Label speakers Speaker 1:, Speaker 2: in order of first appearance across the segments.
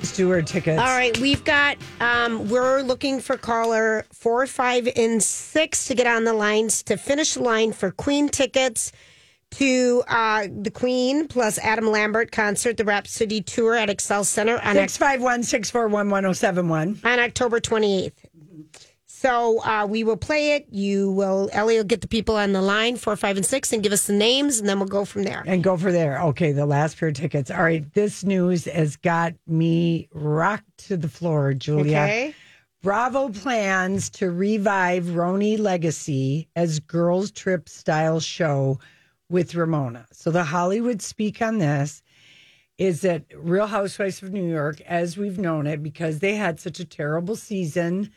Speaker 1: Steward tickets.
Speaker 2: All right, we've got. Um, we're looking for caller four, five, and six to get on the lines to finish the line for Queen tickets to uh, the Queen plus Adam Lambert concert, the Rhapsody tour at Excel Center on,
Speaker 1: Six five one six four one one zero seven one.
Speaker 2: Oc- on October twenty eighth. So uh, we will play it. You will, Ellie will get the people on the line four, five, and six, and give us the names, and then we'll go from there.
Speaker 1: and go for there. Okay, the last pair of tickets. All right, this news has got me rocked to the floor, Julia.
Speaker 2: Okay.
Speaker 1: Bravo plans to revive Roni Legacy as girls trip style show with Ramona. So the Hollywood speak on this is that Real Housewives of New York, as we've known it, because they had such a terrible season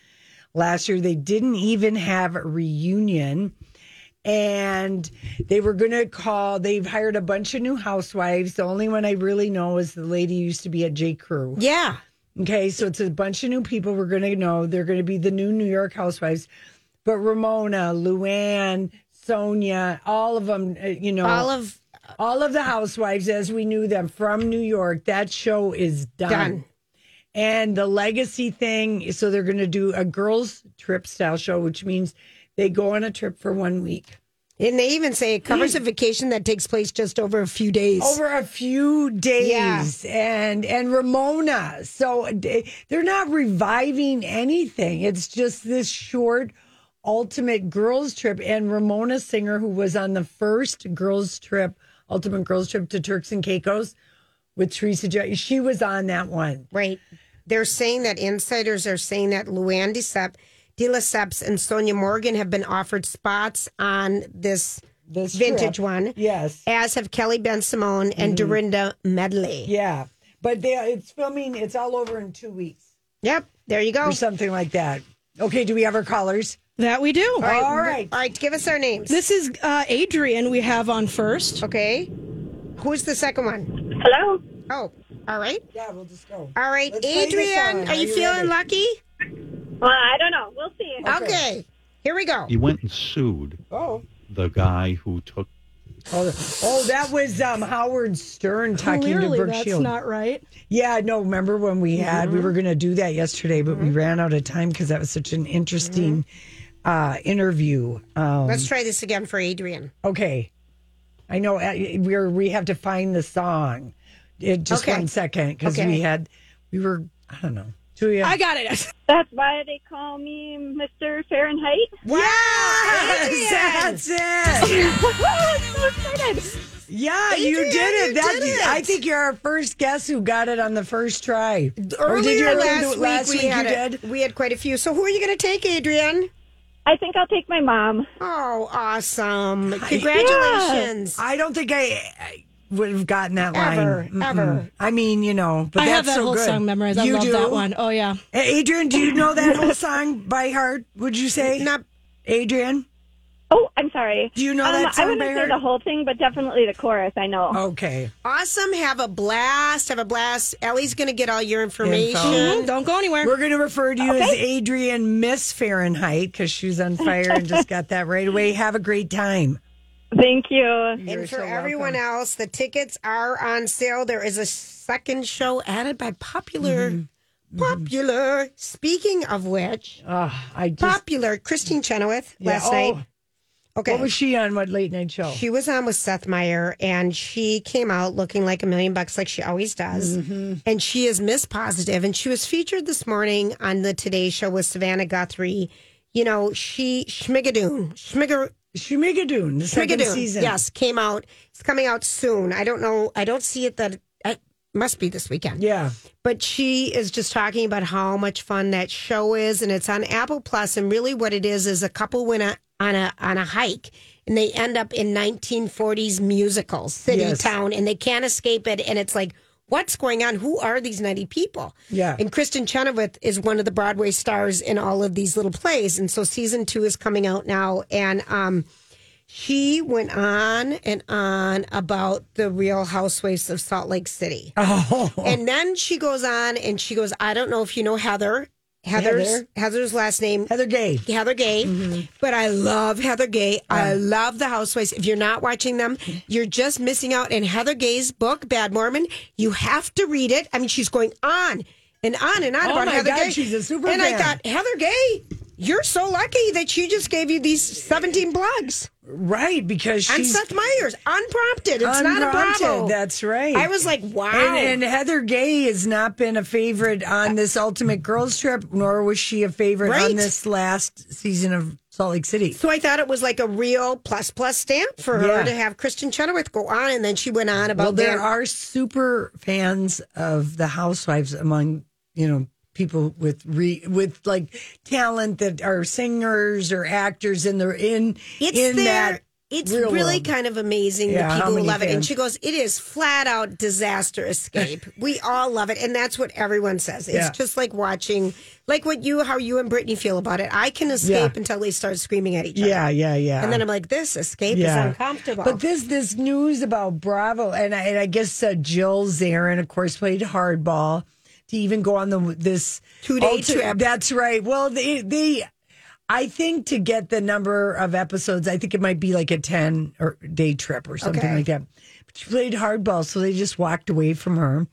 Speaker 1: last year, they didn't even have a reunion. And they were going to call, they've hired a bunch of new housewives. The only one I really know is the lady who used to be at J. Crew.
Speaker 2: Yeah.
Speaker 1: Okay, so it's a bunch of new people we're going to know. They're going to be the new New York housewives. But Ramona, Luann, Sonia, all of them, uh, you know,
Speaker 2: All of
Speaker 1: all of the housewives as we knew them from New York, that show is done.
Speaker 2: Done.
Speaker 1: And the legacy thing, so they're going to do a girls' trip style show, which means they go on a trip for one week.
Speaker 2: And they even say it covers a vacation that takes place just over a few days.
Speaker 1: over a few days and and ramona so they- they're not reviving anything it's just this short ultimate girls trip and ramona singer who was on the first girls trip ultimate girls trip to turks and caicos with teresa J- she was on that one
Speaker 2: Right. They're saying that insiders are saying that Luann DeSep, De Lesseps and Sonia Morgan have been offered spots on this
Speaker 1: this
Speaker 2: vintage
Speaker 1: trip. Mm-hmm.
Speaker 2: one,
Speaker 1: yes
Speaker 2: as have Kelly Ben Simone and Dorinda Medley.
Speaker 1: yeah but they it's filming it's all over in two weeks
Speaker 2: Yep. There you go.
Speaker 1: or something like that okay do we have our callers
Speaker 3: That we do.
Speaker 1: all right,
Speaker 2: All right. Give us our names.
Speaker 3: This is uh, Adrian we have on first.
Speaker 2: okay. Who's the second one?
Speaker 4: Hello.
Speaker 2: Oh, all right.
Speaker 1: yeah we'll just go
Speaker 2: All right.
Speaker 1: Let's play the
Speaker 2: Adrian,
Speaker 1: song.
Speaker 2: are,
Speaker 1: Are
Speaker 2: you,
Speaker 1: you
Speaker 2: feeling
Speaker 1: ready?
Speaker 2: lucky?
Speaker 4: Well, I don't know. We'll see.
Speaker 2: Okay. Here we go.
Speaker 5: He went and sued
Speaker 1: oh
Speaker 5: the guy who took.
Speaker 1: Oh, oh, that was um, Howard Stern talking
Speaker 3: Clearly,
Speaker 1: to Brooke
Speaker 3: Oh, that's
Speaker 1: Shields.
Speaker 3: not Mm-hmm. right.
Speaker 1: yeah, no, remember when we had, we were going to do that yesterday, but
Speaker 3: Mm-hmm.
Speaker 1: we ran out of time because that was such an interesting uh, interview. Um,
Speaker 2: Let's try this again for Adrian.
Speaker 1: okay. I know uh, we're, we have to find the song. It, just
Speaker 2: Okay.
Speaker 1: one second because
Speaker 2: Okay.
Speaker 1: we had, we were, I don't know. Julia.
Speaker 3: I got it.
Speaker 4: That's why they call me Mr. Fahrenheit.
Speaker 2: Wow. Adrian!
Speaker 1: Yes, that's it. Yeah, you
Speaker 2: Adrian,
Speaker 1: did it.
Speaker 2: you
Speaker 1: that,
Speaker 2: did it.
Speaker 1: I think you're our first guest who got it on the first try. or did you
Speaker 2: Earlier
Speaker 1: already
Speaker 2: last,
Speaker 1: do it
Speaker 2: week,
Speaker 1: last
Speaker 2: we
Speaker 1: week?
Speaker 2: had
Speaker 1: you
Speaker 2: it.
Speaker 1: did.
Speaker 2: We had quite a few. So who are you going to take, Adrian?
Speaker 4: I think I'll take my mom.
Speaker 2: Oh, awesome! Congratulations!
Speaker 1: I don't think I, I would have gotten that
Speaker 2: Ever,
Speaker 1: line. Mm-mm.
Speaker 2: ever.
Speaker 1: I mean, you know, but
Speaker 3: I
Speaker 1: that's
Speaker 3: have that
Speaker 1: so
Speaker 3: whole
Speaker 1: good.
Speaker 3: song memorized. I
Speaker 1: you
Speaker 3: love
Speaker 1: do?
Speaker 3: that one. Oh yeah.
Speaker 1: Hey, Adrian, do you know that whole song by heart? Would you say?
Speaker 2: Not-
Speaker 1: Adrian.
Speaker 4: Oh, I'm sorry.
Speaker 1: Do you know
Speaker 4: um,
Speaker 1: that song Oh.
Speaker 4: I wouldn't
Speaker 1: by
Speaker 4: say
Speaker 1: heart?
Speaker 4: the whole thing, but definitely the chorus. I know.
Speaker 1: Okay.
Speaker 2: Awesome! Have a blast! Have a blast! Ellie's going to get all your information.
Speaker 1: Info.
Speaker 3: Mm, Don't go anywhere.
Speaker 1: We're going to refer to you as Adrian Miss Fahrenheit because she's on fire and just got that right away. Have a great time.
Speaker 4: Thank you.
Speaker 1: You're
Speaker 2: And for
Speaker 1: so
Speaker 2: everyone
Speaker 1: welcome.
Speaker 2: else, the tickets are on sale. There is a second show added by popular, Mm-hmm. popular. Speaking of which,
Speaker 1: Ah, I just
Speaker 2: popular Christine Chenoweth
Speaker 1: Yeah,
Speaker 2: last
Speaker 1: oh.
Speaker 2: night. Okay.
Speaker 1: What was she on? What late night show?
Speaker 2: She was on with Seth Meyer and she came out looking like a million bucks, like she always does. And she is Miss Positive, And she was featured this morning on the Today Show with Savannah Guthrie. You know, she, Schmigadoon, Schmigadoon.
Speaker 1: Shmigadoon, the second
Speaker 2: Brigadoon,
Speaker 1: season.
Speaker 2: Yes, came out. It's coming out soon. I don't know. I don't see it that it must be this weekend.
Speaker 1: Yeah.
Speaker 2: But she is just talking about how much fun that show is, and it's on Apple Plus. And really, what it is is a couple went a, on a on a hike, and they end up in 1940s musicals, city
Speaker 1: Yes.
Speaker 2: town, and they can't escape it. And it's like. What's going on? Who are these 90 people?
Speaker 1: Yeah.
Speaker 2: And Kristen Chenoweth is one of the Broadway stars in all of these little plays. And so season two is coming out now. And um, he went on and on about the real housewives of Salt Lake City.
Speaker 1: Oh.
Speaker 2: And then she goes on and she goes, I don't know if you know Heather. Heather's
Speaker 1: Heather?
Speaker 2: Heather's last name
Speaker 1: Heather Mm-hmm. Gay.
Speaker 2: Heather Gay. But I love Heather Gay. I love the Housewives. If you're not watching them, you're just missing out. And Heather Gay's book, Bad Mormon, you have to read it. I mean, she's going on and on and on
Speaker 1: Oh
Speaker 2: about
Speaker 1: my
Speaker 2: Heather
Speaker 1: God,
Speaker 2: Gay.
Speaker 1: she's a super
Speaker 2: And I
Speaker 1: fan.
Speaker 2: thought, Heather Gay, you're so lucky that she just gave you these 17 blogs
Speaker 1: Right, because
Speaker 2: on
Speaker 1: she's
Speaker 2: Seth Meyers, unprompted. It's not a
Speaker 1: unprompted.
Speaker 2: bravo.
Speaker 1: That's right.
Speaker 2: I was like, wow.
Speaker 1: And, and Heather Gay has not been a favorite on this Ultimate Girls Trip, nor was she a favorite
Speaker 2: Right.
Speaker 1: on this last season of Salt Lake City.
Speaker 2: So I thought it was like a real plus plus stamp for her
Speaker 1: Yeah.
Speaker 2: to have Kristen Chenoweth go on, and then she went on about
Speaker 1: Well, there
Speaker 2: Van-
Speaker 1: are super fans of the Housewives among you know people with re, with like talent that are singers or actors, and they're in
Speaker 2: It's
Speaker 1: in
Speaker 2: there.
Speaker 1: that.
Speaker 2: it's
Speaker 1: real
Speaker 2: really
Speaker 1: world.
Speaker 2: kind of amazing
Speaker 1: Yeah,
Speaker 2: the
Speaker 1: how
Speaker 2: people who
Speaker 1: many
Speaker 2: love it. And
Speaker 1: fans-
Speaker 2: she goes, "It is flat out disaster escape. we all love it, and that's what everyone says. It's
Speaker 1: Yeah.
Speaker 2: just like watching, like what you, how you and Brittany feel about it. I can escape
Speaker 1: Yeah.
Speaker 2: until they start screaming at each other.
Speaker 1: Yeah, yeah, yeah.
Speaker 2: And then I'm like, this escape is uncomfortable.
Speaker 1: But this this news about Bravo and I, and I guess uh, Jill Zarin, of course, played hardball to even go on the this
Speaker 2: Two-day
Speaker 1: ulti-
Speaker 2: trip.
Speaker 1: That's right. Well, they they. I think to get the number of episodes, I think it might be like a ten or day trip or something
Speaker 2: Okay.
Speaker 1: like that. But she played hardball, so they just walked away from her.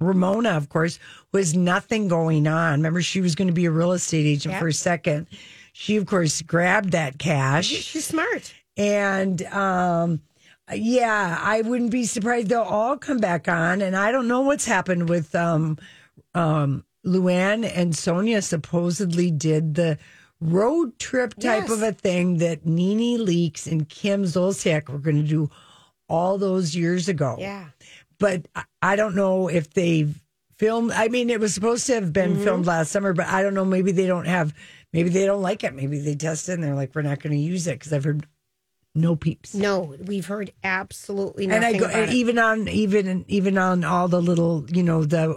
Speaker 1: Ramona, of course, was nothing going on. Remember, she was going to be a real estate agent for a second. She, of course, grabbed that cash.
Speaker 2: she's smart.
Speaker 1: And um, yeah, I wouldn't be surprised they'll all come back on. And I don't know what's happened with um, um, Luann and Sonia supposedly did the road trip type
Speaker 2: Yes.
Speaker 1: of a thing that Nene Leaks and Kim Zolciak were going to do all those years ago.
Speaker 2: Yeah.
Speaker 1: But I- I don't know if they've filmed. I mean, it was supposed to have
Speaker 2: Mm-hmm.
Speaker 1: been filmed last summer, but I don't know. Maybe they don't have. Maybe they don't like it. Maybe they test it and they're like, we're not going to use it because I've heard no peeps.
Speaker 2: No, we've heard absolutely nothing.
Speaker 1: and I go
Speaker 2: about
Speaker 1: and
Speaker 2: it.
Speaker 1: even on even even on all the little you know the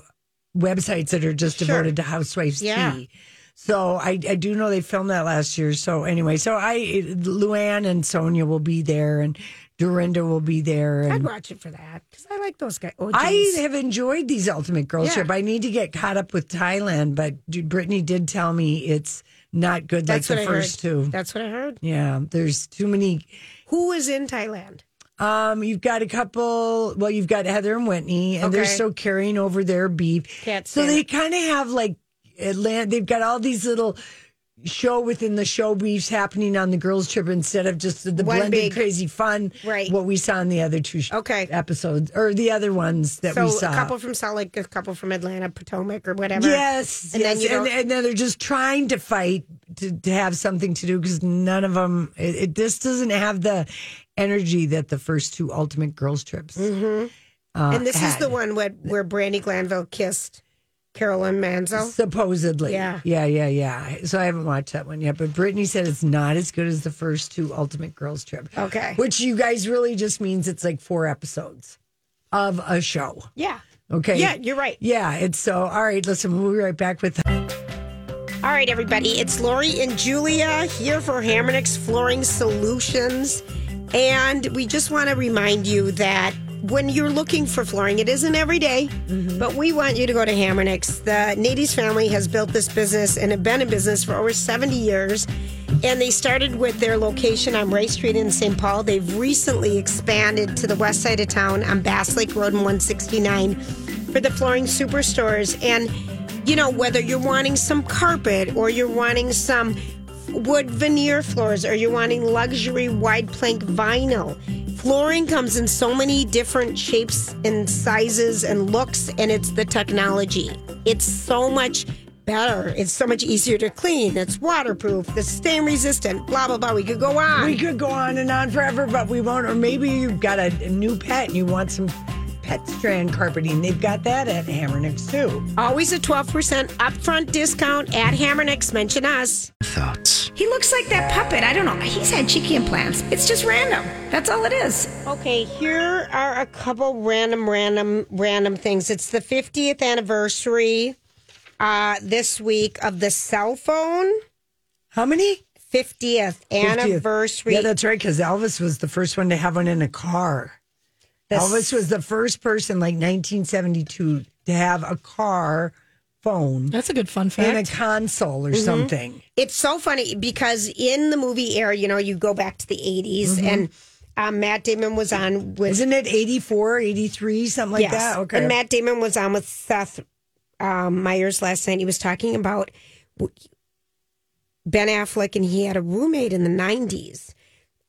Speaker 1: websites that are just
Speaker 2: Sure.
Speaker 1: devoted to housewives
Speaker 2: Yeah.
Speaker 1: tea. So I, I do know they filmed that last year. So anyway, so I Luann and Sonia will be there, and Dorinda will be there.
Speaker 2: I'd
Speaker 1: And
Speaker 2: watch it for that because I like those guys. Oh,
Speaker 1: I
Speaker 2: geez.
Speaker 1: have enjoyed these Ultimate Girls
Speaker 2: Yeah.
Speaker 1: Trip. I need to get caught up with Thailand, but d- Brittany did tell me it's not good
Speaker 2: that's
Speaker 1: like
Speaker 2: what
Speaker 1: the
Speaker 2: I
Speaker 1: first
Speaker 2: heard.
Speaker 1: two.
Speaker 2: That's what I heard.
Speaker 1: yeah, there's too many.
Speaker 2: Who is in Thailand?
Speaker 1: Um, you've got a couple. Well, you've got Heather and Whitney, and they're
Speaker 2: Okay.
Speaker 1: still carrying over their beef.
Speaker 2: Can't
Speaker 1: so
Speaker 2: stand
Speaker 1: they kind of have like Atlanta. They've got all these little show within the show beefs happening on the girls' trip instead of just the, the
Speaker 2: One
Speaker 1: blended
Speaker 2: big-
Speaker 1: crazy fun.
Speaker 2: Right.
Speaker 1: What we saw in the other two sh-
Speaker 2: Okay.
Speaker 1: episodes or the other ones that
Speaker 2: so
Speaker 1: we saw.
Speaker 2: a couple from Salt Lake, a couple from Atlanta, Potomac, or whatever.
Speaker 1: Yes,
Speaker 2: And then
Speaker 1: yes,
Speaker 2: you
Speaker 1: and,
Speaker 2: don't-
Speaker 1: and then they're just trying to fight to, to have something to do because none of them. It, it, this doesn't have the energy that the first two Ultimate Girls trips.
Speaker 2: Mm-hmm.
Speaker 1: uh,
Speaker 2: and this is
Speaker 1: had,
Speaker 2: the one where, where Brandy Glanville kissed Carolyn Manzo.
Speaker 1: supposedly.
Speaker 2: Yeah.
Speaker 1: yeah, yeah, yeah. So I haven't watched that one yet, but Brittany said it's not as good as the first two Ultimate Girls trip.
Speaker 2: Okay.
Speaker 1: which you guys really just means it's like four episodes of a show.
Speaker 2: Yeah.
Speaker 1: Okay.
Speaker 2: Yeah, you're right.
Speaker 1: Yeah, it's so. All right, listen, we'll be right back with
Speaker 2: All right, everybody. It's Lori and Julia here for Hammernix Flooring Solutions. And we just want to remind you that when you're looking for flooring, it isn't every day, but we want you to go to Hammernix. The Nadies family has built this business and have been in business for over 70 years. And they started with their location on Ray Street in St. Paul. They've recently expanded to the west side of town on Bass Lake Road and 169 for the flooring superstores. And, you know, whether you're wanting some carpet or you're wanting some wood veneer floors or you're wanting luxury wide plank vinyl. Flooring comes in so many different shapes and sizes and looks, and it's the technology. It's so much better. It's so much easier to clean. It's waterproof, it's stain resistant, blah, blah, blah. We could go on.
Speaker 1: We could go on and on forever, but we won't. Or maybe you've got a, a new pet and you want some pet strand carpeting. They've got that at Hammernix too.
Speaker 2: Always a 12% upfront discount at Hammernix. Mention us.
Speaker 6: Thoughts.
Speaker 7: He looks like that puppet. I don't know. He's had cheeky implants. It's just random. That's all it is.
Speaker 2: Okay, here are a couple random, random, random things. It's the 50th anniversary uh, this week of the cell phone.
Speaker 1: How many?
Speaker 2: 50th
Speaker 1: 50th.
Speaker 2: anniversary.
Speaker 1: Yeah, that's right. Because Elvis was the first one to have one in a car. Elvis was the first person, like 1972, to have a car phone
Speaker 3: That's a good fun
Speaker 1: and a
Speaker 3: fact.
Speaker 1: console
Speaker 2: Mm-hmm.
Speaker 1: or something.
Speaker 2: it's so funny because in the movie era, you know, you go back to the 80s and um, Matt Damon was on with.
Speaker 1: Isn't Mm-hmm. it 84, 83, something like that? Okay.
Speaker 2: And Matt Damon was on with Seth um, Meyers last night. He was talking about w- Ben Affleck, and he had a roommate in the 90s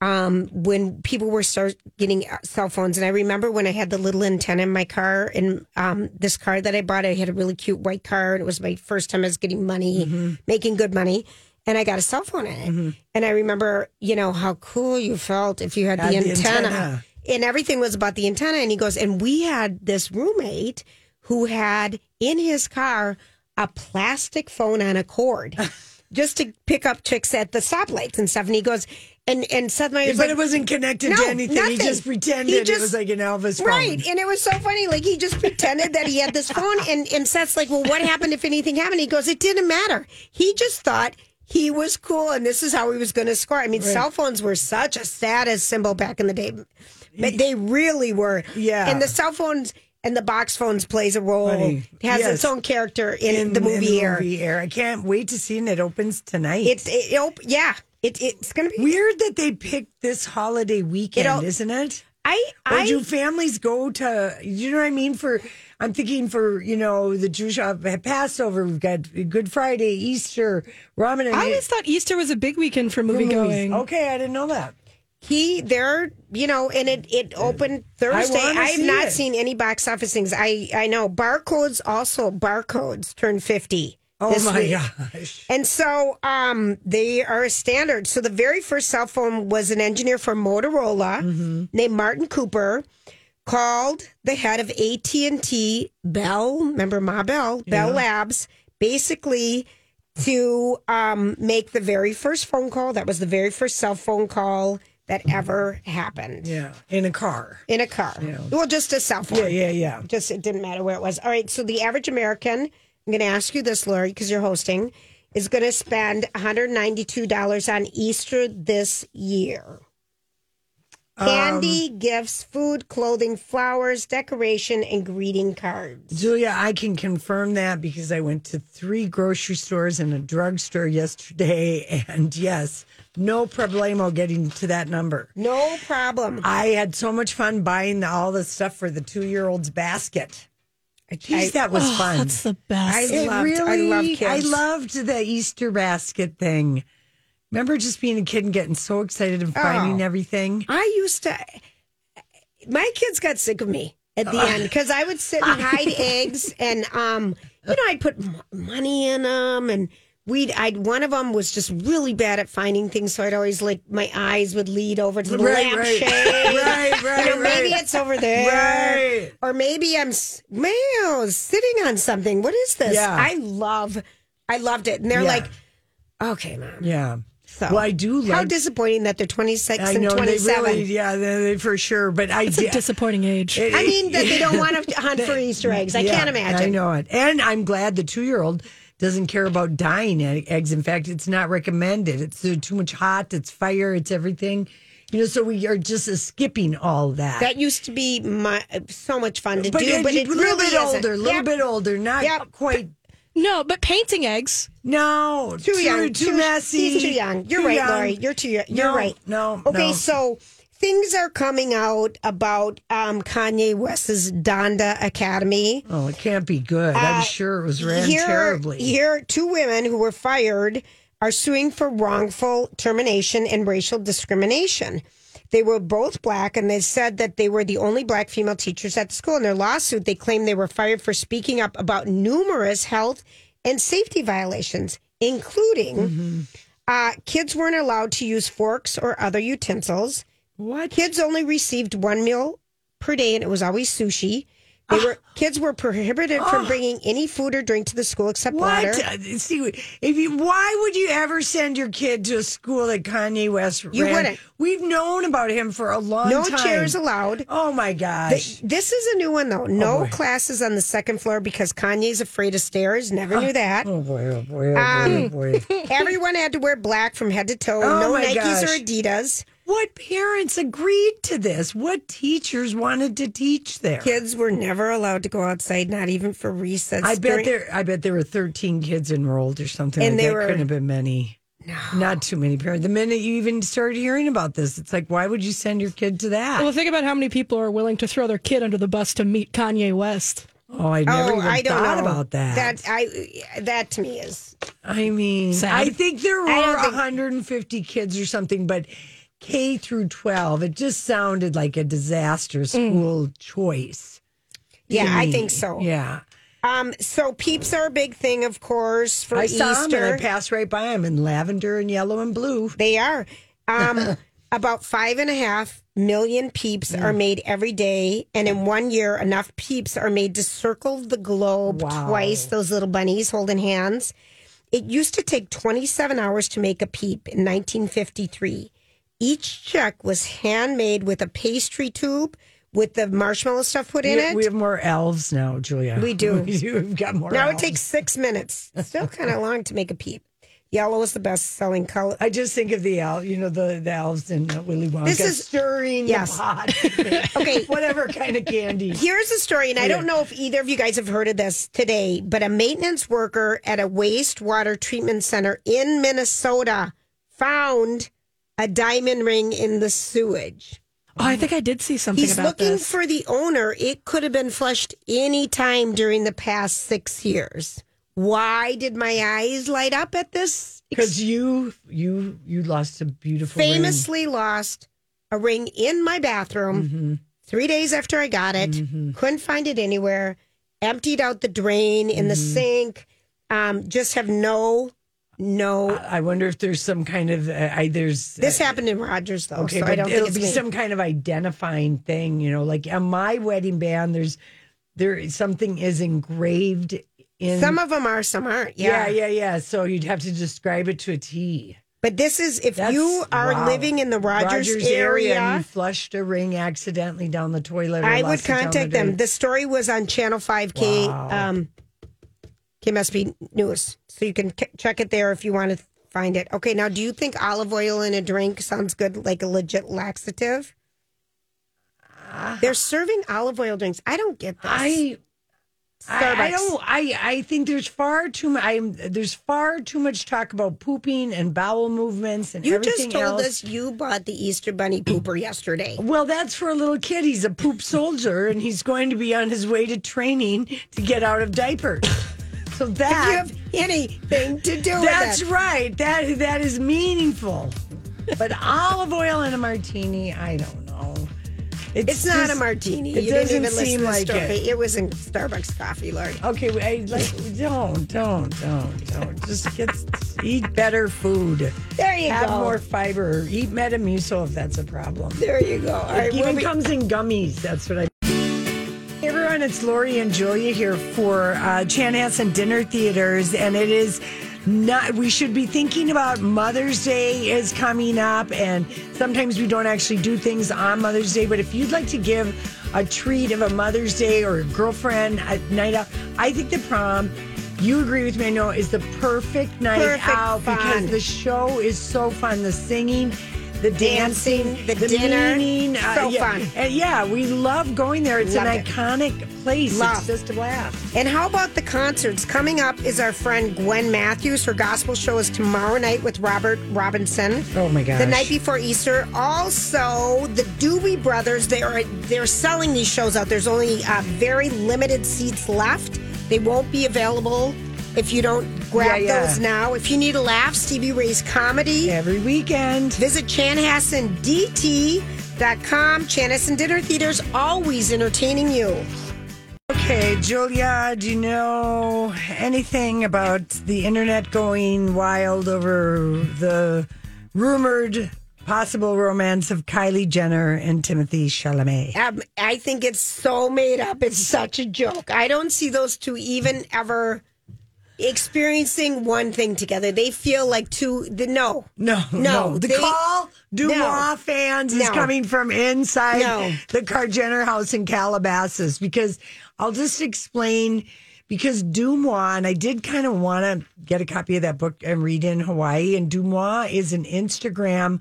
Speaker 2: um, when people were start getting cell phones. And I remember when I had the little antenna in my car, and um, this car that I bought, I had a really cute white car, and it was my first time I was getting money,
Speaker 1: Mm-hmm.
Speaker 2: making good money. And I got a cell phone in it. And I remember, you know, how cool you felt if you had the
Speaker 1: Had the
Speaker 2: antenna.
Speaker 1: antenna.
Speaker 2: And everything was about the antenna. And he goes, and we had this roommate who had in his car a plastic phone on a cord just to pick up chicks at the stoplights and stuff. And he goes, and, and Seth Meyers,
Speaker 1: but
Speaker 2: like,
Speaker 1: it wasn't connected
Speaker 2: No,
Speaker 1: to anything. He
Speaker 2: nothing.
Speaker 1: just pretended
Speaker 2: He
Speaker 1: it
Speaker 2: just-
Speaker 1: was like an Elvis phone.
Speaker 2: Right. And it was so funny. Like he just pretended that he had this phone and, and Seth's like, Well, what happened if anything happened? He goes, It didn't matter. He just thought he was cool and this is how he was gonna score. I mean, cell phones were such a status symbol back in the day. But they really were.
Speaker 1: Yeah.
Speaker 2: And the cell phones and the box phones plays a role.
Speaker 1: Funny.
Speaker 2: It has
Speaker 1: Yes.
Speaker 2: its own character in, the movie era.
Speaker 1: movie air. I can't wait to see it. It opens tonight.
Speaker 2: It's it, it op- yeah. It, it's gonna be
Speaker 1: weird that they picked this holiday weekend,
Speaker 2: It'll-
Speaker 1: isn't it?
Speaker 2: I
Speaker 1: Or
Speaker 2: I
Speaker 1: do families go to? You know what I mean? For I'm thinking for you know the Jewish uh, Passover. We've got Good Friday, Easter, Ramadan.
Speaker 3: I always thought Easter was a big weekend for movie
Speaker 1: Movies. Oh,
Speaker 3: going.
Speaker 1: Okay, I didn't know that.
Speaker 2: he there you know and it it opened thursday
Speaker 1: wanna
Speaker 2: i have
Speaker 1: see
Speaker 2: not
Speaker 1: it.
Speaker 2: seen any box office things i i know barcodes also barcodes turned 50
Speaker 1: Oh
Speaker 2: this
Speaker 1: my
Speaker 2: week.
Speaker 1: gosh!
Speaker 2: and so um they are a standard so the very first cell phone was an engineer for motorola
Speaker 1: Mm-hmm.
Speaker 2: named martin cooper called the head of AT&T Bell, remember Ma Bell, Bell Labs, basically to um, make the very first phone call. That was the very first cell phone call that ever happened
Speaker 1: Yeah, in a car.
Speaker 2: in a car. Well, just a cell phone.
Speaker 1: Yeah, yeah, yeah.
Speaker 2: Just it didn't matter where it was. All right, so the average American, I'm going to ask you this, Lori, because you're hosting, is going to spend $192 on Easter this year. Candy, gifts, food, clothing, flowers, decoration, and greeting cards.
Speaker 1: Julia, I can confirm that because I went to three grocery stores and a drugstore yesterday, and yes, no problemo getting to that number.
Speaker 2: No problem.
Speaker 1: I had so much fun buying all the stuff for the two-year-old's basket. Jeez, that was fun.
Speaker 3: That's the best.
Speaker 2: I loved- I love kids.
Speaker 1: I loved the Easter basket thing. Remember just being a kid and getting so excited and finding everything?
Speaker 2: I used to. My kids got sick of me at
Speaker 1: Uh,
Speaker 2: the end because I would sit and hide eggs, and um, you know, I'd put m- money in them, and we'd. I'd one of them was just really bad at finding things, so I'd always like my eyes would lead over to the
Speaker 1: Right, right.
Speaker 2: lampshade.
Speaker 1: Right, right,
Speaker 2: You know, maybe
Speaker 1: right.
Speaker 2: it's over there,
Speaker 1: Right.
Speaker 2: or maybe I'm s- man sitting on something. What is this?
Speaker 1: Yeah.
Speaker 2: I love. I loved it, and they're
Speaker 1: Yeah.
Speaker 2: like, okay, mom.
Speaker 1: Yeah.
Speaker 2: So,
Speaker 1: Well, I do
Speaker 2: How
Speaker 1: like-
Speaker 2: disappointing that they're 26
Speaker 1: I
Speaker 2: and
Speaker 1: know they
Speaker 2: 27.
Speaker 1: really, yeah, they, they for sure. But I
Speaker 3: it's a
Speaker 1: did.
Speaker 3: disappointing age.
Speaker 1: it-
Speaker 2: I mean, that they don't want to hunt for Easter eggs. I
Speaker 1: Yeah,
Speaker 2: can't imagine.
Speaker 1: I know it. And I'm glad the two year old doesn't care about dying e- eggs. In fact, it's not recommended. It's uh, too much hot, it's fire, it's everything. You know, so we are just uh, skipping all that.
Speaker 2: That used to be my so much fun to do,
Speaker 1: uh,
Speaker 2: but it
Speaker 1: a little
Speaker 2: really
Speaker 1: bit
Speaker 2: isn't.
Speaker 1: older, a little
Speaker 2: Yep.
Speaker 1: bit older, not
Speaker 2: Yep.
Speaker 1: quite.
Speaker 3: no, but painting eggs.
Speaker 1: No,
Speaker 2: Too young,
Speaker 1: too, messy.
Speaker 2: He's too young. You're
Speaker 1: too
Speaker 2: right,
Speaker 1: young.
Speaker 2: Lori. You're too. You're
Speaker 1: No,
Speaker 2: right.
Speaker 1: no,
Speaker 2: Okay,
Speaker 1: no.
Speaker 2: so things are coming out about um, Kanye West's Donda Academy.
Speaker 1: Oh, it can't be good. I'm sure it was ran
Speaker 2: uh, here,
Speaker 1: terribly.
Speaker 2: Here, two women who were fired are suing for wrongful termination and racial discrimination. They were both black, and they said that they were the only black female teachers at the school. In their lawsuit, they claim they were fired for speaking up about numerous health and safety violations, including
Speaker 1: Mm-hmm.
Speaker 2: uh, kids weren't allowed to use forks or other utensils.
Speaker 1: What?
Speaker 2: Kids only received one meal per day, and it was always sushi. They were
Speaker 1: Ah.
Speaker 2: kids were prohibited from bringing any food or drink to the school except
Speaker 1: What?
Speaker 2: water.
Speaker 1: Uh, See, if you, why would you ever send your kid to a school that Kanye West?
Speaker 2: You
Speaker 1: ran?
Speaker 2: wouldn't.
Speaker 1: We've known about him for a long
Speaker 2: No
Speaker 1: time.
Speaker 2: chairs allowed.
Speaker 1: Oh my Oh gosh!
Speaker 2: This is a new one though. No
Speaker 1: boy.
Speaker 2: classes on the second floor because Kanye's afraid of stairs. Never knew that.
Speaker 1: oh boy! Oh boy! Oh boy!
Speaker 2: Ah.
Speaker 1: oh boy.
Speaker 2: Everyone had to wear black from head to toe.
Speaker 1: Oh,
Speaker 2: no
Speaker 1: my
Speaker 2: Nikes
Speaker 1: gosh.
Speaker 2: or Adidas.
Speaker 1: what parents agreed to this? What teachers wanted to teach there?
Speaker 2: Kids were never allowed to go outside, not even for recess.
Speaker 1: I bet
Speaker 2: during-
Speaker 1: there. I bet there were thirteen kids enrolled or something.
Speaker 2: And
Speaker 1: like
Speaker 2: they
Speaker 1: that.
Speaker 2: were-
Speaker 1: couldn't have been many. Not too many parents. The minute you even started hearing about this, it's like, why would you send your kid to that?
Speaker 3: Well, think about how many people are willing to throw their kid under the bus to meet Kanye West.
Speaker 1: oh, I never
Speaker 2: Oh,
Speaker 1: even
Speaker 2: I don't
Speaker 1: thought
Speaker 2: know
Speaker 1: about that.
Speaker 2: That I that to me is
Speaker 1: I mean,
Speaker 3: Sad.
Speaker 1: I think there were
Speaker 2: don't think-
Speaker 1: 150 kids or something, but K through 12, it just sounded like a disaster school choice. to
Speaker 2: Mm. yeah, I
Speaker 1: me.
Speaker 2: think so.
Speaker 1: Yeah.
Speaker 2: Um, so peeps are a big thing, of course, for
Speaker 1: I
Speaker 2: Easter.
Speaker 1: saw them and I passed right by them in lavender and yellow and blue.
Speaker 2: They are. Um, about five and a half million peeps
Speaker 1: Mm.
Speaker 2: are made every day. And in one year, enough peeps are made to circle the globe
Speaker 1: Wow.
Speaker 2: twice, those little bunnies holding hands. It used to take 27 hours to make a peep in 1953. Each check was handmade with a pastry tube with the marshmallow stuff put in
Speaker 1: We,
Speaker 2: it.
Speaker 1: we have more elves now, Julia.
Speaker 2: We do.
Speaker 1: We do. We've got more
Speaker 2: now it
Speaker 1: elves.
Speaker 2: takes six minutes. Still kind of long to make a peep. Yellow is the best selling color.
Speaker 1: I just think of the elf, you know, the, the elves in uh, Willy Wonka
Speaker 2: This is-
Speaker 1: stirring
Speaker 2: yes.
Speaker 1: the pot.
Speaker 2: Okay.
Speaker 1: Whatever kind of candy.
Speaker 2: Here's a story, and I don't know if either of you guys have heard of this today, but a maintenance worker at a wastewater treatment center in Minnesota found a diamond ring in the sewage.
Speaker 3: Oh, I think I did see something
Speaker 2: He's
Speaker 3: about
Speaker 2: looking
Speaker 3: this.
Speaker 2: for the owner. It could have been flushed any time during the past six years. Why did my eyes light up at this?
Speaker 1: Because you, you, you lost a beautiful ring.
Speaker 2: Famously lost a ring in my bathroom
Speaker 1: Mm-hmm.
Speaker 2: three days after I got it. Couldn't find it anywhere. Emptied out the drain in the
Speaker 1: Mm-hmm.
Speaker 2: sink. Um, just have no, no.
Speaker 1: I wonder if there's some kind of uh, I, there's uh,
Speaker 2: this happened in Rogers though,
Speaker 1: okay,
Speaker 2: so
Speaker 1: but
Speaker 2: I don't
Speaker 1: it'll
Speaker 2: think it's
Speaker 1: be
Speaker 2: me.
Speaker 1: some kind of identifying thing, you know, like on my wedding band, there's there is- something is engraved in.
Speaker 2: Some of them are, some aren't.
Speaker 1: yeah, yeah, yeah. So you'd have to describe it to a T.
Speaker 2: But this is if
Speaker 1: That's-
Speaker 2: you are
Speaker 1: wow.
Speaker 2: living in the Rogers,
Speaker 1: and you
Speaker 2: area.
Speaker 1: flushed a ring accidentally down the toilet. or
Speaker 2: I would
Speaker 1: lost it down
Speaker 2: contact
Speaker 1: the
Speaker 2: them.
Speaker 1: drain.
Speaker 2: The story was on Channel 5K, um, KMSB News. So you can c- check it there if you want to find it. Okay, now do you think olive oil in a drink sounds good, like a legit laxative? They're serving olive oil drinks. I don't get this.
Speaker 1: I.
Speaker 2: Starbucks.
Speaker 1: I, I don't. I, I think there's far too much. I'm there's far too much talk about pooping and bowel movements and
Speaker 2: you
Speaker 1: everything
Speaker 2: just told
Speaker 1: else. Oh,
Speaker 2: us you bought the Easter Bunny pooper yesterday.
Speaker 1: Well, that's for a little kid. He's a poop soldier, and he's going to be on his way to training to get out of diapers. So
Speaker 2: If you
Speaker 1: that
Speaker 2: have anything to do with
Speaker 1: that's
Speaker 2: it.
Speaker 1: right. That that is meaningful. But olive oil in a martini, I don't know.
Speaker 2: It's not a
Speaker 1: just-
Speaker 2: martini.
Speaker 1: It
Speaker 2: you
Speaker 1: doesn't
Speaker 2: didn't even listen
Speaker 1: seem
Speaker 2: to
Speaker 1: like
Speaker 2: the story.
Speaker 1: it.
Speaker 2: It. was in Starbucks coffee, Lori.
Speaker 1: Okay, we- I, like don't, don't, don't, don't. Just get eat better food.
Speaker 2: There you
Speaker 1: Have
Speaker 2: go.
Speaker 1: more fiber. Eat Metamucil if that's a problem.
Speaker 2: There you go. All right,
Speaker 1: It
Speaker 2: we'll
Speaker 1: even
Speaker 2: be-
Speaker 1: comes in gummies. That's what I. Hey everyone, it's Lori and Julia here for uh, Chanhassen Dinner Theaters, and it is not. We should be thinking about Mother's Day is coming up, and sometimes we don't actually do things on Mother's Day. But if you'd like to give a treat of a Mother's Day or a girlfriend a night out, I think the prom. You agree with me? I know is the perfect night
Speaker 2: Perfect
Speaker 1: out
Speaker 2: fun.
Speaker 1: because the show is so fun. The singing, the dancing,
Speaker 2: Dancing, the dinner.
Speaker 1: meeting,
Speaker 2: So
Speaker 1: yeah,
Speaker 2: fun.
Speaker 1: and yeah, we love going there. It's
Speaker 2: Love
Speaker 1: an
Speaker 2: it.
Speaker 1: iconic place.
Speaker 2: Love.
Speaker 1: It's just a blast.
Speaker 2: And how about the concerts? Coming up is our friend Gwen Matthews. Her gospel show is tomorrow night with Robert Robinson.
Speaker 1: Oh, my gosh.
Speaker 2: The night before Easter. Also, the Doobie Brothers. They are they're selling these shows out. There's only uh, very limited seats left. They won't be available If you don't grab
Speaker 1: Yeah, yeah.
Speaker 2: those now, if you need a laugh, Stevie Ray's comedy.
Speaker 1: Every weekend.
Speaker 2: Visit ChanhassenDT.com. Chanhassen Dinner Theater's always entertaining you.
Speaker 1: Okay, Julia, do you know anything about the internet going wild over the rumored possible romance of Kylie Jenner and Timothy Chalamet?
Speaker 2: Um, I think it's so made up. It's such a joke. I don't see those two even ever experiencing one thing together. They feel like two. The, no,
Speaker 1: No, no. The
Speaker 2: they-
Speaker 1: call Dumois
Speaker 2: No.
Speaker 1: fans is
Speaker 2: No.
Speaker 1: coming from inside
Speaker 2: No.
Speaker 1: the Car Jenner house in Calabasas because I'll just explain because Dumois, and I did kind of want to get a copy of that book and read in Hawaii, and Dumois is an Instagram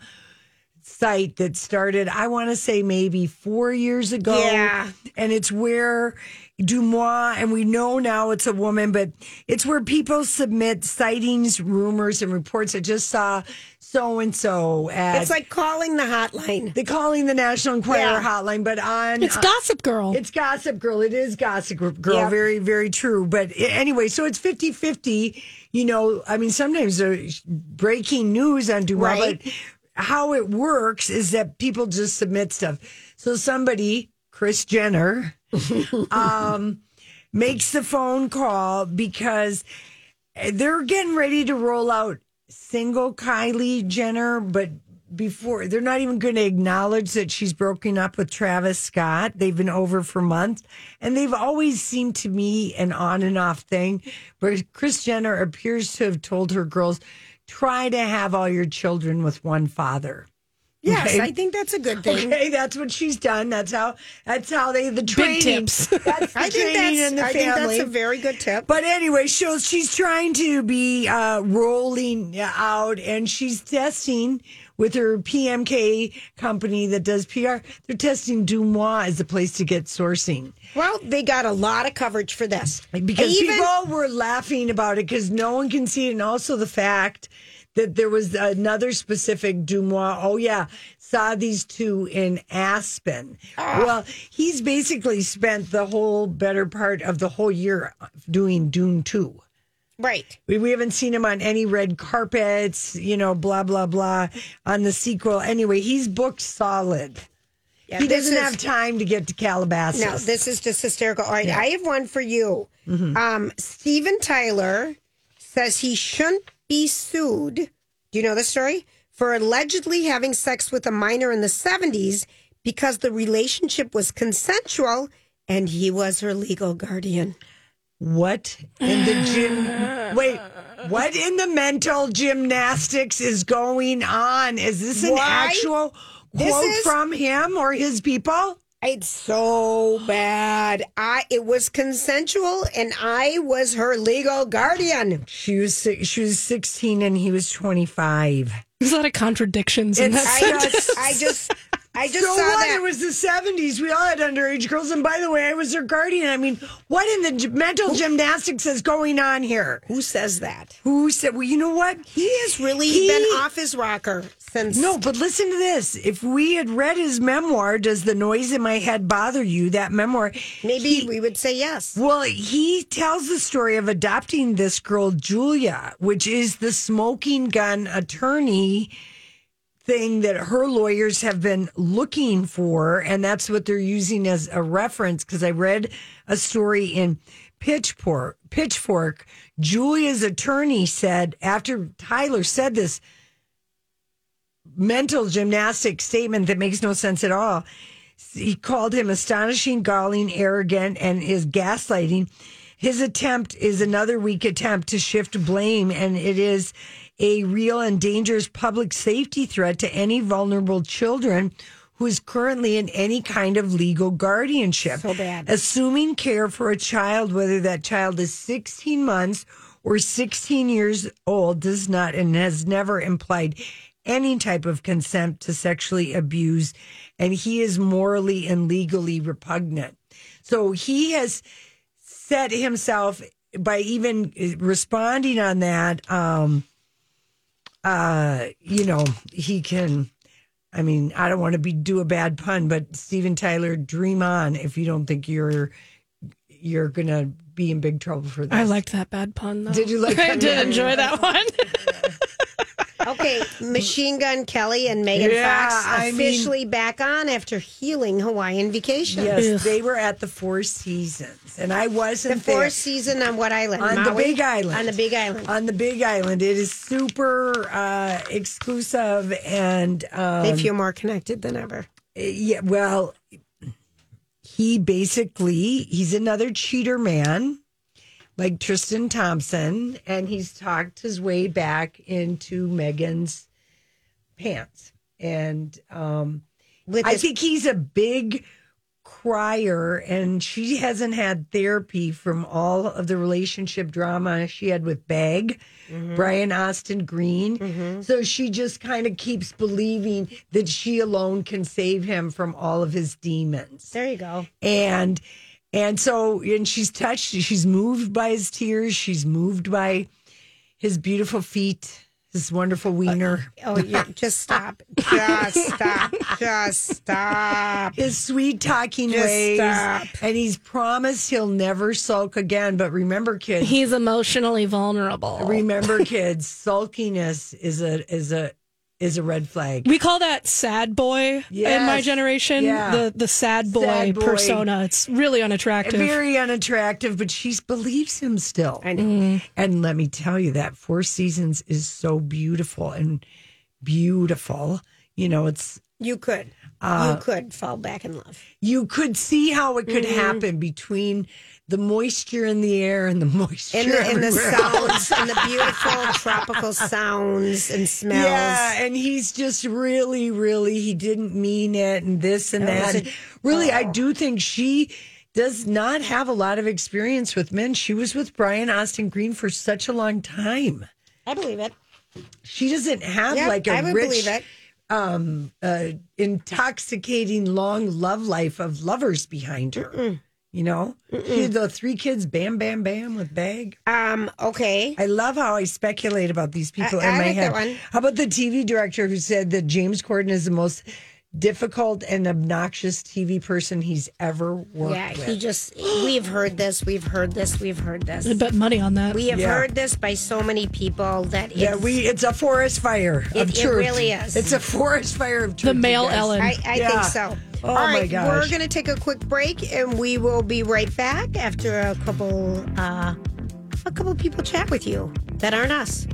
Speaker 1: site that started, I want to say maybe four years ago.
Speaker 2: Yeah.
Speaker 1: And it's where Dumois, and we know now it's a woman, but it's where people submit sightings, rumors, and reports. I just saw so and so at.
Speaker 2: It's like calling the hotline.
Speaker 1: they calling the National Enquirer
Speaker 2: Yeah.
Speaker 1: hotline, but on
Speaker 3: It's Gossip Girl.
Speaker 1: it's Gossip Girl. It is Gossip Girl.
Speaker 2: Yeah.
Speaker 1: Very, very true. But i- anyway, so it's 50 50. You know, I mean, sometimes there's breaking news on Dumois,
Speaker 2: Right.
Speaker 1: but how it works is that people just submit stuff. So somebody, Chris Jenner, um, makes the phone call because they're getting ready to roll out single Kylie Jenner, but before they're not even going to acknowledge that she's broken up with Travis Scott. They've been over for months, and they've always seemed to me an on and off thing. But Chris Jenner appears to have told her girls, "Try to have all your children with one father."
Speaker 2: Yes,
Speaker 1: Okay.
Speaker 2: I think that's a good thing.
Speaker 1: Okay, that's what she's done. That's how. That's how they the training.
Speaker 3: tips.
Speaker 1: That's the
Speaker 2: I think
Speaker 1: training
Speaker 2: that's,
Speaker 1: in the
Speaker 2: I think
Speaker 1: family.
Speaker 2: that's a very good tip.
Speaker 1: But anyway, she's she's trying to be uh, rolling out, and she's testing with her PMK company that does PR. They're testing Dumois as a place to get sourcing
Speaker 2: well, they got a lot of coverage for this.
Speaker 1: because
Speaker 2: Even-
Speaker 1: people were laughing about it because no one can see it, and also the fact that there was another specific Dumois. Oh yeah, saw these two in Aspen. Well, he's basically spent the whole better part of the whole year doing Dune Two.
Speaker 2: Right.
Speaker 1: We, we haven't seen him on any red carpets, you know, blah, blah, blah, on the sequel. Anyway, he's booked solid.
Speaker 2: Yeah,
Speaker 1: he
Speaker 2: this
Speaker 1: doesn't
Speaker 2: is-
Speaker 1: have time to get to Calabasas.
Speaker 2: No, this is just hysterical. All right, I have one for you.
Speaker 1: Mm-hmm.
Speaker 2: Um, Steven Tyler says he shouldn't be sued. Do you know the story? For allegedly having sex with a minor in the 70s because the relationship was consensual and he was her legal guardian.
Speaker 1: What in the gym? Wait, what in the mental gymnastics is going on? Is this an
Speaker 2: Why?
Speaker 1: actual quote
Speaker 2: is-
Speaker 1: from him or his people?
Speaker 2: It's so bad. I it was consensual and I was her legal guardian.
Speaker 1: She was si- she was 16 and he was 25.
Speaker 3: There's a lot of contradictions in
Speaker 1: It's-
Speaker 3: that
Speaker 2: I
Speaker 3: sentence.
Speaker 2: just I just I just
Speaker 1: so
Speaker 2: saw
Speaker 1: what?
Speaker 2: that.
Speaker 1: It was the 70s. We all had underage girls. And by the way, I was their guardian. I mean, what in the gy- mental gymnastics is going on here?
Speaker 2: Who says that?
Speaker 1: Who said, well, you know what?
Speaker 2: He has really
Speaker 1: He-
Speaker 2: been off his rocker since.
Speaker 1: No, but listen to this. If we had read his memoir, Does the Noise in My Head Bother You? That memoir.
Speaker 2: maybe we would say yes.
Speaker 1: Well, he tells the story of adopting this girl, Julia, which is the smoking gun attorney thing that her lawyers have been looking for. And that's what they're using as a reference because I read a story in Pitchfork. Pitchfork. Julia's attorney said, after Tyler said this, mental gymnastic statement that makes no sense at all. He called him astonishing, galling, arrogant, and is gaslighting. His attempt is another weak attempt to shift blame, and it is a real and dangerous public safety threat to any vulnerable children who is currently in any kind of legal guardianship. So bad. Assuming care for a child, whether that child is 16 months or 16 years old, does not and has never implied any type of consent to sexually abuse, and he is morally and legally repugnant. So he has set himself by even responding on that. Um, uh, you know, he can. I mean, I don't want to be do a bad pun, but Steven Tyler, dream on if you don't think you're you're going to be in big trouble for this.
Speaker 3: I liked that bad pun. Though.
Speaker 1: Did you like
Speaker 3: I
Speaker 1: that?
Speaker 3: did enjoy that one.
Speaker 2: Okay, Machine Gun Kelly and Megan
Speaker 1: Yeah, I
Speaker 2: Fox
Speaker 1: mean-
Speaker 2: officially back on after healing Hawaiian Vacation.
Speaker 1: Yes, they were at the Four Seasons, and I
Speaker 2: The
Speaker 1: wasn't there.
Speaker 2: fourth season on what island?
Speaker 1: on the
Speaker 2: Maui?
Speaker 1: Big Island.
Speaker 2: On the Big Island.
Speaker 1: On the Big Island. It is super uh, exclusive and um,
Speaker 2: they feel more connected than ever.
Speaker 1: Uh, yeah. Well, he basically he's another cheater man, like Tristan Thompson, and he's talked his way back into Megan's pants, and um,
Speaker 2: With
Speaker 1: I
Speaker 2: his-
Speaker 1: think he's a big crier and she hasn't had therapy from all of the relationship drama she had with Bag, Brian Austin Green. So she just kind of keeps believing that she alone can save him from all of his demons.
Speaker 2: there you go.
Speaker 1: And and so and she's touched, she's moved by his tears, she's moved by his beautiful feet, his wonderful wiener.
Speaker 2: Oh, yeah. just stop. Just stop. Just stop.
Speaker 1: his sweet talking
Speaker 2: Just
Speaker 1: ways,
Speaker 2: stop.
Speaker 1: and he's promised he'll never sulk again. But remember, kids,
Speaker 3: He's emotionally vulnerable.
Speaker 1: remember, kids, sulkiness is a is a is a red flag.
Speaker 3: we call that sad boy in my
Speaker 1: Yes.
Speaker 3: generation.
Speaker 1: Yeah.
Speaker 3: The the sad boy,
Speaker 1: Sad boy.
Speaker 3: persona. It's really unattractive.
Speaker 1: Very unattractive, but she believes him still.
Speaker 2: I know.
Speaker 1: And let me tell you that Four Seasons is so beautiful and beautiful. You know, it's
Speaker 2: You could.
Speaker 1: Uh,
Speaker 2: you could fall back in love.
Speaker 1: you could see how it could
Speaker 2: Mm-hmm.
Speaker 1: happen between the moisture in the air and the moisture
Speaker 2: And the, and the
Speaker 1: everywhere else.
Speaker 2: sounds, and the beautiful tropical sounds and smells.
Speaker 1: Yeah, and he's just really, really, he didn't mean it and this and that. And really, I do think she does not have a lot of experience with men. She was with Brian Austin Green for such a long time.
Speaker 2: I believe it.
Speaker 1: She doesn't have
Speaker 2: Yep,
Speaker 1: like a
Speaker 2: I would
Speaker 1: rich,
Speaker 2: believe it.
Speaker 1: um, uh, intoxicating long love life of lovers behind her. You know, She had the three kids, bam, bam, bam, with bag.
Speaker 2: Um, okay.
Speaker 1: I love how I speculate about these people
Speaker 2: I-
Speaker 1: in
Speaker 2: I
Speaker 1: my
Speaker 2: like
Speaker 1: head.
Speaker 2: that one.
Speaker 1: How about the TV director who said that James Corden is the most difficult and obnoxious TV person he's ever worked
Speaker 2: Yeah,
Speaker 1: with?
Speaker 2: he just, we've heard this, we've heard this, we've heard this.
Speaker 3: I bet money on that.
Speaker 2: We have
Speaker 1: Yeah.
Speaker 2: heard this by so many people that it's,
Speaker 1: yeah, we it's a forest fire
Speaker 2: It-
Speaker 1: of
Speaker 2: it
Speaker 1: truth.
Speaker 2: really is.
Speaker 1: It's a forest fire of truth.
Speaker 3: the
Speaker 1: you
Speaker 3: male
Speaker 1: guys.
Speaker 3: Ellen.
Speaker 2: I, I
Speaker 1: Yeah.
Speaker 2: think so.
Speaker 1: Oh,
Speaker 2: All
Speaker 1: my
Speaker 2: right, we're
Speaker 1: gosh.
Speaker 2: going to take a quick break and we will be right back after a couple uh, a couple people chat with you that aren't us.